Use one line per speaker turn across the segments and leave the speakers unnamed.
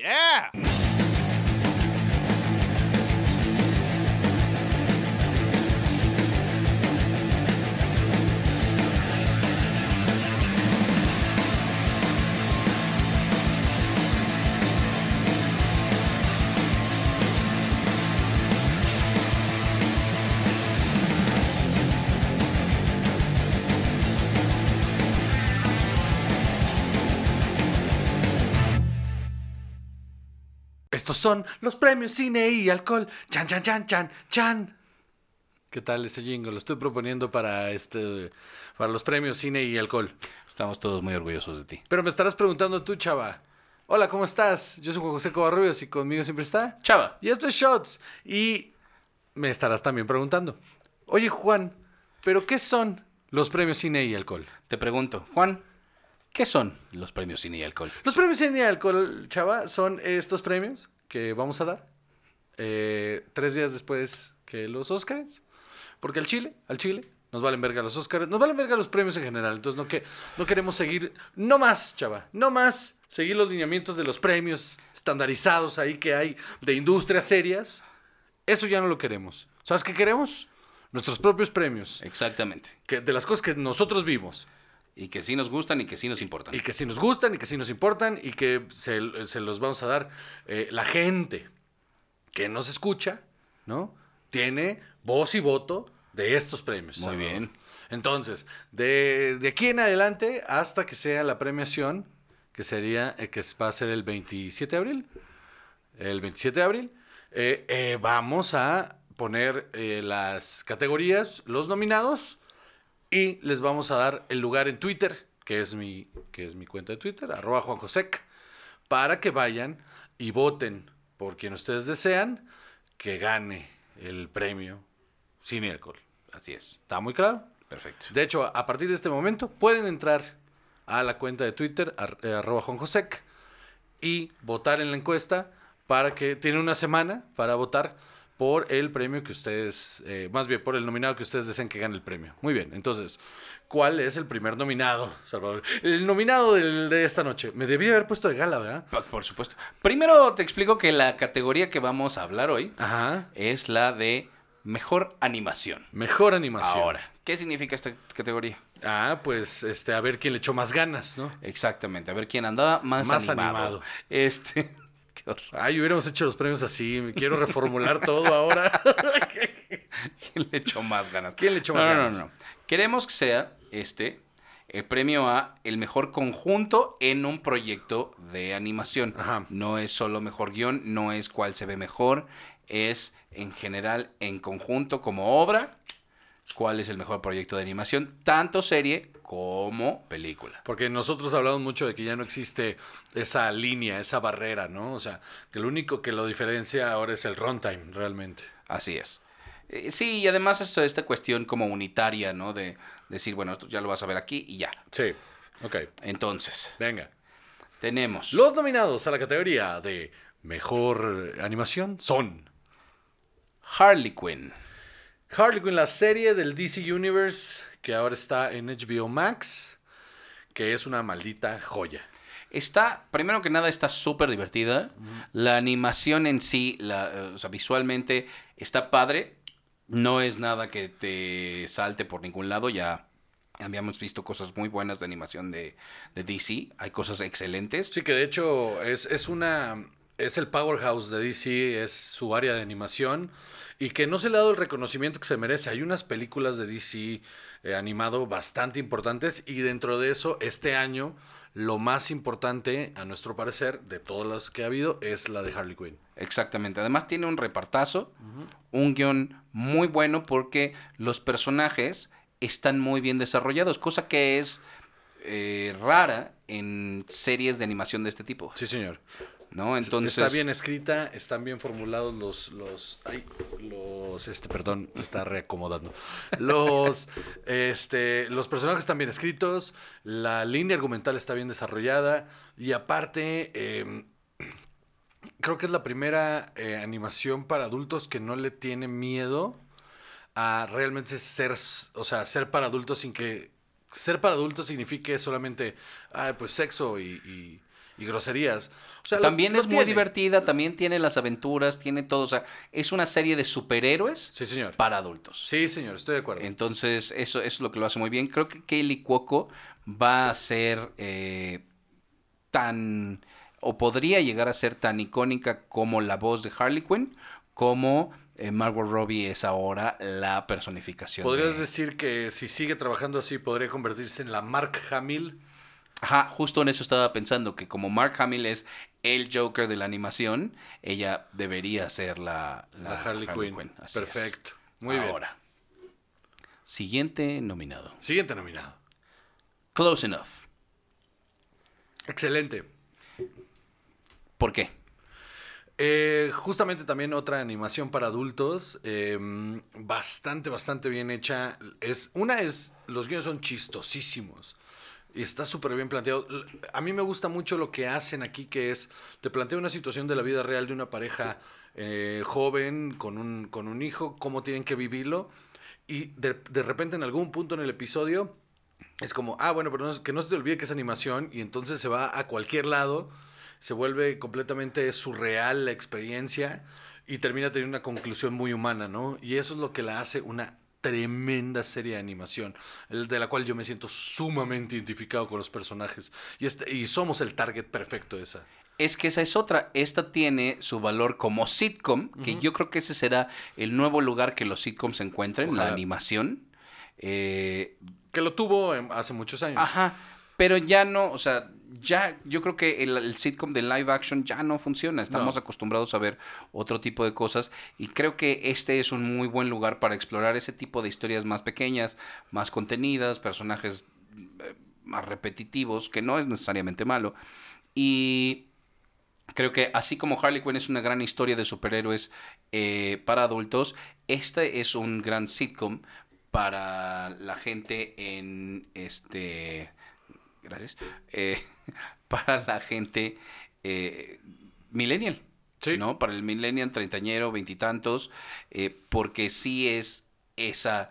Yeah. Estos son los premios cine y alcohol. Chan, chan, chan, chan, chan. ¿Qué tal ese jingo? Lo estoy proponiendo para este para los premios cine y alcohol.
Estamos todos muy orgullosos de ti.
Pero me estarás preguntando tú, chava. Hola, ¿cómo estás? Yo soy Juan José Covarrubias y conmigo siempre está.
Chava.
Y esto es Shots. Y me estarás también preguntando. Oye, Juan, ¿pero qué son los premios cine y alcohol?
Te pregunto, Juan, ¿qué son los premios cine y alcohol?
Los premios cine y alcohol, chava, son estos premios que vamos a dar eh, tres días después que los Oscars. Porque al Chile, al Chile, nos valen verga los Oscars, nos valen verga los premios en general. Entonces no, que, no queremos seguir, no más, chava, no más seguir los lineamientos de los premios estandarizados ahí que hay de industrias serias. Eso ya no lo queremos. ¿Sabes qué queremos? Nuestros propios premios.
Exactamente.
Que, de las cosas que nosotros vimos.
Y que sí nos gustan y que sí nos importan.
Y que sí nos gustan y que sí nos importan y que se, se los vamos a dar eh, la gente que nos escucha, ¿no? Tiene voz y voto de estos premios.
Muy
Salvador.
bien.
Entonces, de, de aquí en adelante hasta que sea la premiación, que sería, eh, que va a ser el 27 de abril, el 27 de abril, eh, eh, vamos a poner eh, las categorías, los nominados, y les vamos a dar el lugar en Twitter, que es mi, que es mi cuenta de Twitter, arroba juanjosec, para que vayan y voten por quien ustedes desean que gane el premio sin alcohol.
Así es.
¿Está muy claro?
Perfecto.
De hecho, a partir de este momento pueden entrar a la cuenta de Twitter, ar- eh, arroba juanjosec, y votar en la encuesta para que tienen una semana para votar por el premio que ustedes, eh, más bien por el nominado que ustedes deseen que gane el premio. Muy bien, entonces, ¿cuál es el primer nominado, Salvador? El nominado del- de esta noche. Me debía haber puesto de gala, ¿verdad?
Pa- Por supuesto. Primero te explico que la categoría que vamos a hablar hoy
Ajá.
es la de mejor animación.
Mejor animación.
Ahora, ¿qué significa esta categoría?
Ah, pues, este, a ver quién le echó más ganas, ¿no?
Exactamente. A ver quién andaba más,
Más
animado.
animado.
Este. Qué horror.
Ay, hubiéramos hecho los premios así. Me quiero reformular todo ahora.
¿Quién le echó más ganas?
¿Quién le echó
No,
más
no,
ganas?
No, no, Queremos que sea este el premio a el mejor conjunto en un proyecto de animación.
Ajá.
No es solo mejor guión, no es cuál se ve mejor, es en general, en conjunto, como obra, cuál es el mejor proyecto de animación, tanto serie como película.
Porque nosotros hablamos mucho de que ya no existe esa línea, esa barrera, ¿no? O sea, que lo único que lo diferencia ahora es el runtime, realmente.
Así es. Eh, Sí, y además es esta cuestión como unitaria, ¿no? De decir, bueno, esto ya lo vas a ver aquí y ya.
Sí, ok,
Entonces,
venga.
tenemos...
Los nominados a la categoría de mejor animación son
Harley Quinn.
Harley Quinn, la serie del DC Universe, que ahora está en HBO Max, que es una maldita joya.
Está, primero que nada, está súper divertida. La animación en sí, la, eh, o sea, visualmente, está padre. No es nada que te salte por ningún lado. Ya habíamos visto cosas muy buenas de animación de, de DC. Hay cosas excelentes.
Sí, que de hecho es, es una. Es el powerhouse de DC, es su área de animación y que no se le ha dado el reconocimiento que se merece. Hay unas películas de DC eh, animado bastante importantes y dentro de eso, este año, lo más importante, a nuestro parecer, de todas las que ha habido, es la de Harley Quinn.
Exactamente. Además tiene un repartazo, un guión muy bueno porque los personajes están muy bien desarrollados, cosa que es eh, rara en series de animación de este tipo.
Sí, señor.
¿No? Entonces...
está bien escrita, están bien formulados los, los, ay, los, este, perdón, me está reacomodando. Los, este, los personajes están bien escritos, la línea argumental está bien desarrollada y aparte, eh, creo que es la primera eh, animación para adultos que no le tiene miedo a realmente ser, s- o sea, ser para adultos sin que ser para adultos signifique solamente, ah, pues sexo y, y- y groserías. O sea, lo-
también
lo
es muy
tiene.
divertida, también tiene las aventuras, tiene todo. O sea, es una serie de superhéroes
Sí, señor.
para adultos.
Sí, señor, estoy de acuerdo.
Entonces, eso, eso es lo que lo hace muy bien. Creo que Kelly Cuoco va a ser eh, tan. o podría llegar a ser tan icónica como la voz de Harley Quinn, como eh, Margot Robbie es ahora la personificación.
¿Podrías
de-
decir que si sigue trabajando así podría convertirse en la Mark Hamill?
Ajá, justo en eso estaba pensando, que como Mark Hamill es el Joker de la animación, ella debería ser la,
La, Harley, Quinn.
Así es.
Perfecto. Muy bien.
Ahora, siguiente nominado.
Siguiente nominado.
Close Enough.
Excelente.
¿Por qué?
Eh, justamente también otra animación para adultos, eh, bastante, bastante bien hecha. Es, una es, los guiones son chistosísimos. Y está súper bien planteado. L- A mí me gusta mucho lo que hacen aquí, que es, te plantea una situación de la vida real de una pareja eh, joven con un, con un hijo, cómo tienen que vivirlo. Y de, de repente en algún punto en el episodio es como, ah, bueno, pero no, se- que no se te olvide que es animación y entonces se va a cualquier lado, se vuelve completamente surreal la experiencia y termina teniendo una conclusión muy humana, ¿no? Y eso es lo que la hace una tremenda serie de animación, el de la cual yo me siento sumamente identificado con los personajes y, este, y somos el target perfecto de esa.
Es que esa es otra. Esta tiene su valor como sitcom, que yo creo que ese será el nuevo lugar que los sitcoms encuentren,
Ojalá.
la animación. Eh,
Que lo tuvo em, hace muchos años.
Ajá, pero ya no, o sea, ya yo creo que el, el sitcom de live action ya no funciona. Estamos
No.
acostumbrados a ver otro tipo de cosas y creo que este es un muy buen lugar para explorar ese tipo de historias más pequeñas, más contenidas, personajes eh, más repetitivos, que no es necesariamente malo. Y creo que así como Harley Quinn es una gran historia de superhéroes eh, para adultos, este es un gran sitcom para la gente en este gracias eh, para la gente eh, millennial
Sí.
no para el millennial treintañero veintitantos eh, porque sí es esa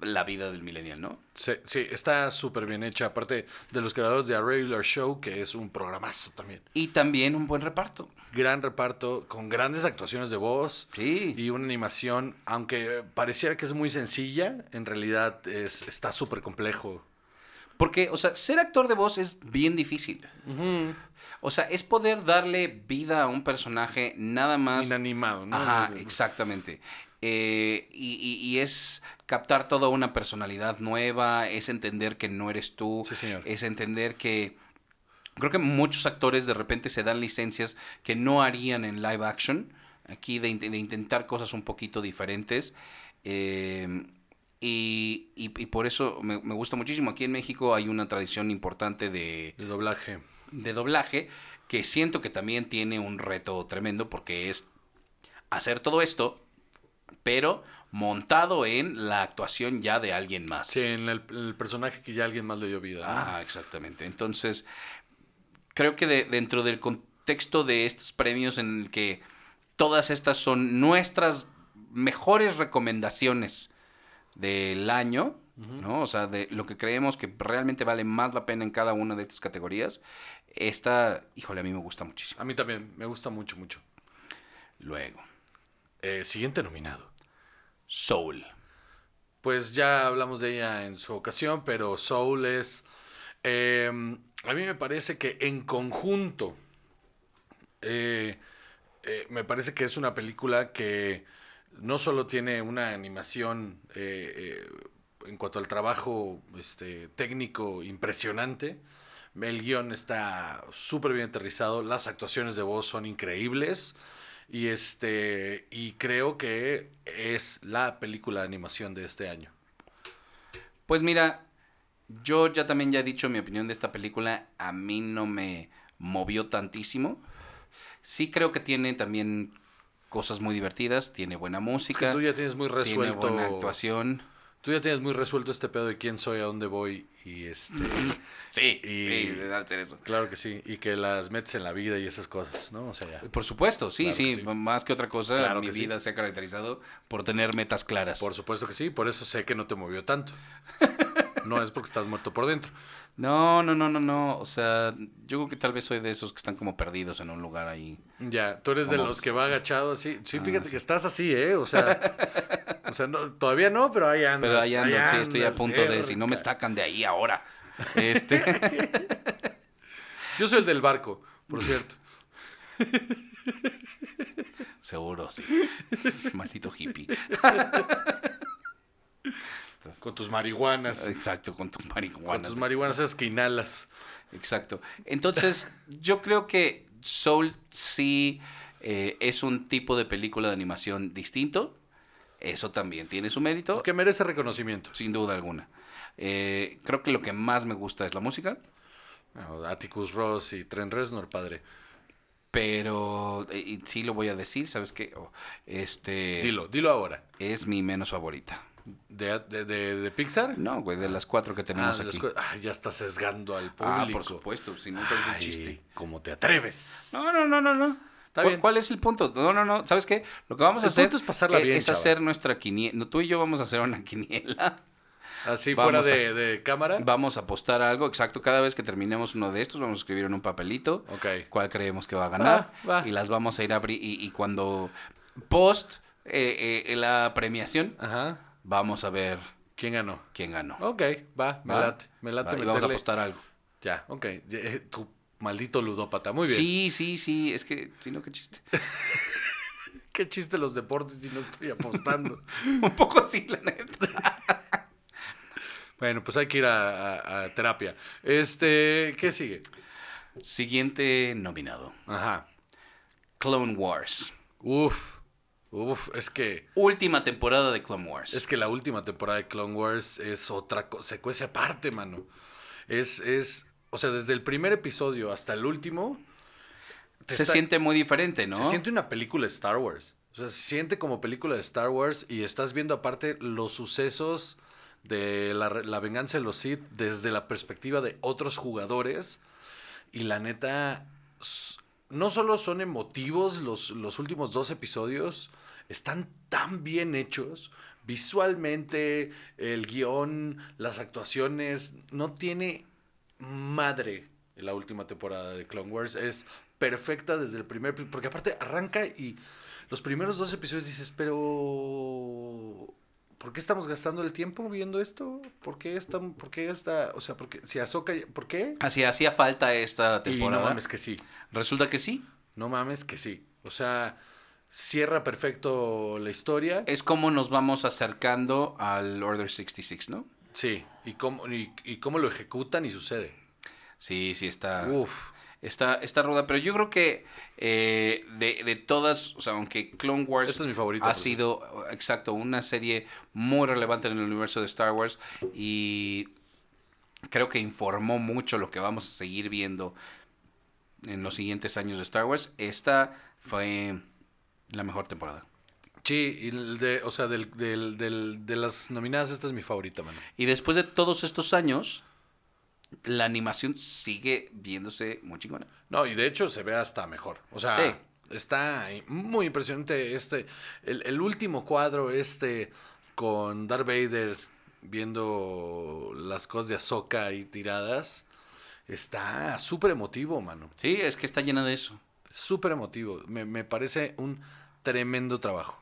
la vida del millennial no
Sí, sí, está súper bien hecha, aparte de los creadores de A Regular Show, que es un programazo también.
y también un buen reparto
Gran reparto, con grandes actuaciones de voz.
sí
y una animación, aunque pareciera que es muy sencilla, en realidad es, está súper complejo.
porque o sea ser actor de voz es bien difícil o sea es poder darle vida a un personaje nada más
Inanimado, ¿no?
Ajá, exactamente. Eh, y, y- y es captar toda una personalidad nueva, es entender que no eres tú,
Sí, señor.
es entender que... Creo que muchos actores de repente se dan licencias que no harían en live action, aquí de, in- de intentar cosas un poquito diferentes. Eh, y, y- y por eso me, me gusta muchísimo. Aquí en México hay una tradición importante de,
El doblaje.
de doblaje que siento que también tiene un reto tremendo porque es hacer todo esto, pero montado en la actuación ya de alguien más.
Sí, en el, en el personaje que ya alguien más le dio vida. ¿no?
Ah, exactamente. Entonces, creo que de- dentro del contexto de estos premios en el que todas estas son nuestras mejores recomendaciones del año, ¿no? O sea, de lo que creemos que realmente vale más la pena en cada una de estas categorías, esta, híjole, a mí me gusta muchísimo.
A mí también, me gusta mucho, mucho.
Luego,
Eh, siguiente nominado.
Soul.
Pues ya hablamos de ella en su ocasión, pero Soul es... eh, a mí me parece que en conjunto... eh, eh, me parece que es una película que no solo tiene una animación eh, eh, en cuanto al trabajo este, técnico impresionante, el guión está súper bien aterrizado, las actuaciones de voz son increíbles y, este, y creo que es la película de animación de este año.
Pues mira, yo ya también ya he dicho mi opinión de esta película, a mí no me movió tantísimo. Sí creo que tiene también cosas muy divertidas, tiene buena música,
Tú ya tienes muy
tiene
resuelto.
buena actuación.
Tú ya tienes muy resuelto este pedo de quién soy, a dónde voy y este.
Sí,
y-
sí, de hacer eso.
Claro que sí, y que las metes en la vida y esas cosas, ¿no? O sea, ya.
Por supuesto, sí,
Claro que
sí,
sí.
más que otra cosa,
Claro
mi
que sí.
vida se ha caracterizado por tener metas claras.
Por supuesto que sí, por eso sé que no te movió tanto. no es porque estás muerto por dentro.
No, no, no, no, no. O sea, yo creo que tal vez soy de esos que están como perdidos en un lugar ahí.
Ya, tú eres de
Como-
los que va agachado así. Sí,
Ah,
fíjate que estás así, ¿eh? O sea, o sea no, todavía no, pero ahí andas.
Pero ahí ando, sí, estoy a
andas, ¿eh?
punto de. Si no me
cerca.
sacan de ahí ahora. Este.
Yo soy el del barco, por cierto.
Seguro, sí. Maldito hippie.
Con tus marihuanas.
Exacto, con tus
Con
marihuanas.
tus marihuanas esas que inhalas.
Exacto. Entonces, yo creo que Soul sí eh, es un tipo de película de animación distinto. Eso también tiene su mérito,
Que merece reconocimiento.
sin duda alguna. Eh, creo que lo que más me gusta es la música,
Bueno, Atticus Ross y Trent Reznor, padre.
pero eh, y sí lo voy a decir, ¿sabes qué? Oh, este
Dilo, dilo ahora.
es mi menos favorita.
¿De, de, de- de Pixar?
No, güey, de las cuatro que tenemos
Ah, las
aquí.
co- ay, ya estás sesgando al público.
Ah, por supuesto, si nunca es un
Ay,
chiste.
¿Cómo te atreves?
No, no, no, no, no.
Está
¿Cuál,
bien.
cuál es el punto? No, no, no. ¿Sabes qué? Lo que vamos a
El
hacer
punto es pasarla
e-
bien,
es
chaval.
hacer nuestra quiniela. tú y yo vamos a hacer una quiniela.
Así
Vamos
fuera de, de cámara.
Vamos a apostar algo. Exacto. Cada vez que terminemos uno de estos, vamos a escribir en un papelito
Ok.
cuál creemos que va a ganar.
Va, va.
Y las vamos a ir a abrir. Y, y cuando post eh, eh, la premiación,
Ajá.
vamos a ver
¿Quién ganó?
quién ganó.
Ok, va, Oh, me
¿Va?
late. Me late
Va, y vamos a
meterle.
apostar algo.
Ya, ok. Ya, eh, Tu maldito ludópata. Muy bien.
Sí, sí, sí. Es que, si no, qué chiste.
Qué chiste los deportes si no estoy apostando.
un poco sí, la neta.
bueno, pues hay que ir a, a- a terapia. Este, ¿qué sigue?
Siguiente nominado:
Ajá.
Clone Wars.
Uf. Uf, es que.
Última temporada de Clone Wars.
Es que la última temporada de Clone Wars es otra consecuencia aparte, mano. Es, es, o sea, desde el primer episodio hasta el último, te
se
está-
siente muy diferente, ¿no?
se siente una película de Star Wars. O sea, se siente como película de Star Wars y estás viendo aparte los sucesos de la, re- la venganza de los Sith desde la perspectiva de otros jugadores. Y la neta, s- no solo son emotivos los, los últimos dos episodios, están tan bien hechos. Visualmente, el guión, las actuaciones, no tiene madre la última temporada de Clone Wars. Es perfecta desde el primer... pri- Porque aparte arranca y los primeros dos episodios dices, pero... ¿Por qué estamos gastando el tiempo viendo esto? ¿Por qué están, por qué esta, o sea, porque si Ahsoka, ya- ¿por qué?
Así hacía falta esta
Y
temporada.
no mames que sí.
Resulta que sí.
No mames que sí. O sea, cierra perfecto la historia.
Es como nos vamos acercando al Order 66, ¿no?
Sí. Y cómo, y, y cómo lo ejecutan y sucede.
Sí, sí, está.
Uf.
Está, está ruda. Pero yo creo que eh, de, de todas, o sea, aunque Clone Wars
Esta es mi favorita,
ha
por
sido, exacto, una serie muy relevante en el universo de Star Wars y creo que informó mucho lo que vamos a seguir viendo en los siguientes años de Star Wars, esta fue la mejor temporada.
Sí, y el de, o sea, del, del- del- de las nominadas, esta es mi favorita, mano.
Y después de todos estos años, la animación sigue viéndose muy chingona.
No, y de hecho se ve hasta mejor. O sea,
Sí.
está muy impresionante este. El, el último cuadro, este, con Darth Vader viendo las cosas de Ahsoka ahí tiradas. Está súper emotivo, mano.
Sí, es que está llena de eso.
Súper emotivo. Me, me parece un tremendo trabajo.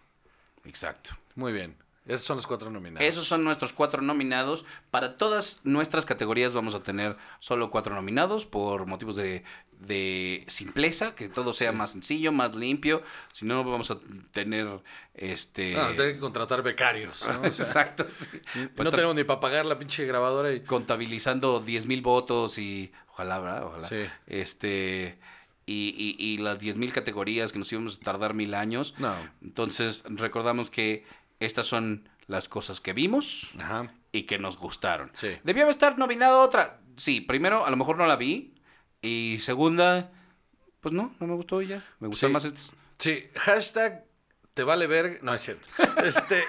Exacto.
Muy bien. Esos son los cuatro nominados.
Esos son nuestros cuatro nominados. Para todas nuestras categorías vamos a tener solo cuatro nominados por motivos de, de simpleza, que todo sea más sencillo, más limpio. Si no, vamos a tener este...
No, tienen Ah, que contratar becarios. ¿no? O sea,
Exacto.
no tenemos ni para pagar la pinche grabadora y...
contabilizando 10 mil votos y ojalá, ¿verdad? Ojalá.
Sí.
Este, y, y, y las 10 mil categorías que nos íbamos a tardar mil años.
No.
Entonces, recordamos que estas son las cosas que vimos
Ajá.
y que nos gustaron.
Sí.
¿Debió haber estar nominada otra? Sí, primero, a lo mejor no la vi. Y segunda, pues no, no me gustó y ya. Me gustaron
Sí.
más estas.
Sí, hashtag te vale ver. No, es cierto. Este.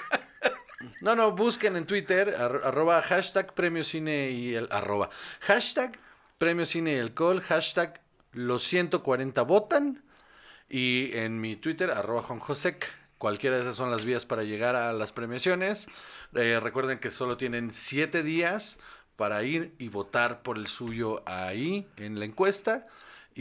No, no, busquen en Twitter, ar- arroba hashtag premio cine y el arroba. Hashtag premio cine y alcohol, hashtag los 140 votan. Y en mi Twitter, arroba jonjosec. Cualquiera de esas son las vías para llegar a las premiaciones. Eh, recuerden que solo tienen 7 días para ir y votar por el suyo ahí en la encuesta.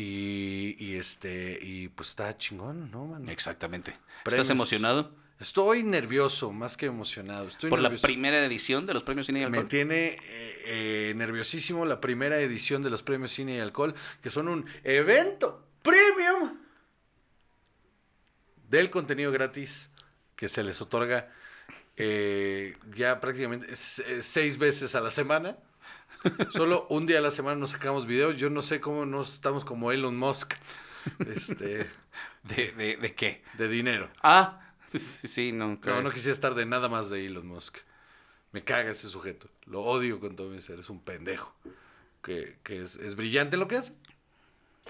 Y, y este, y pues está chingón, ¿no, mano?
Exactamente.
Premios.
¿Estás emocionado
Estoy nervioso, más que emocionado. Estoy
por la
nervioso.
primera edición de los premios Cine y
Me
Alcohol?
tiene eh, eh, nerviosísimo la primera edición de los premios Cine y Alcohol, que son un evento premium del contenido gratis que se les otorga eh, ya prácticamente s- eh, seis veces a la semana. Solo un día a la semana nos sacamos videos. Yo no sé cómo no estamos como Elon Musk este,
¿De, de, de qué?
de dinero.
Ah, sí, no,
No,
creo.
no quisiera estar de nada más de Elon Musk. Me caga ese sujeto. Lo odio con todo mi ser. Es un pendejo. Que, que es, es brillante en lo que hace,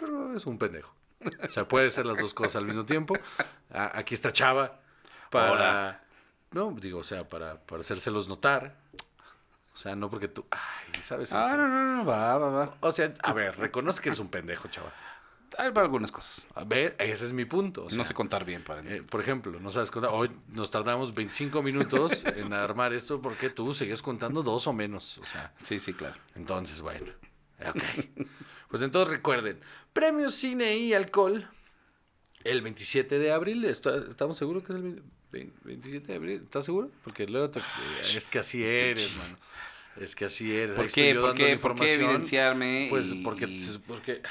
pero es un pendejo. O sea, puede ser las dos cosas al mismo tiempo. A- aquí está Chava para...
Hola.
No, digo, o sea, para, para hacérselos notar. O sea, no porque tú... Ay, ¿sabes?
Ah, no, no, no, va, va, va.
O sea, a ver, reconoce que eres un pendejo, Chava.
Hay para algunas cosas.
A ver, ese es mi punto. o sea,
no sé contar bien para mí.
eh, por ejemplo, no sabes contar. Hoy nos tardamos 25 minutos en armar esto porque tú seguías contando dos o menos. O sea,
Sí, sí, claro.
entonces, bueno. Ok. Pues entonces recuerden: Premios Cine y Alcohol. El 27 de abril. Esto- ¿Estamos seguros que es el vein- vein- 27 de abril? ¿Estás seguro? Porque luego te- Es que así eres, mano. Es que así eres.
¿Por
Ahí estoy
qué,
yo
por
dando la
qué, por qué
información.
evidenciarme?
Pues
y-
porque,
y-
porque,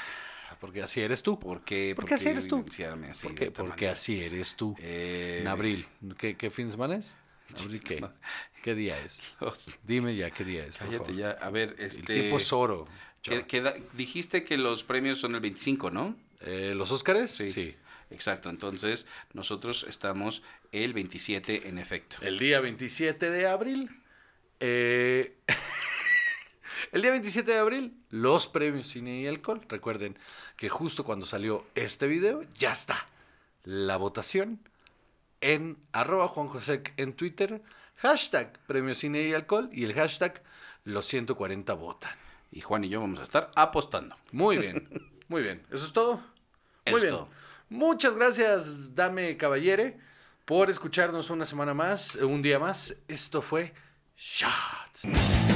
porque así eres tú.
¿Por qué,
¿Por qué así eres tú?
evidenciarme así de
porque
esta
porque
manera?
así eres tú.
Eh,
En abril. ¿Qué, qué fin de semana es? ¿Abril qué? ¿Qué día es?
Dios,
Dime ya qué día es, por
cállate
favor.
ya. A ver, este...
El tiempo es oro.
que-
chava.
que da- dijiste que los premios son el 25, ¿no?
Eh, ¿Los Óscares?
Sí. Exacto. Entonces, nosotros estamos el 27 en efecto.
El día 27 de abril. eh, el día 27 de abril, los premios Cine y Alcohol. Recuerden que justo cuando salió este video, ya está la votación en arroba Juan Josec en Twitter, hashtag premios Cine y Alcohol y el hashtag los 140 votan.
Y Juan y yo vamos a estar apostando.
Muy bien, muy bien. ¿Eso es todo?
Eso
Muy
es
bien.
todo.
Muchas gracias, Dame Caballere, por escucharnos una semana más, eh, un día más. Esto fue Shots.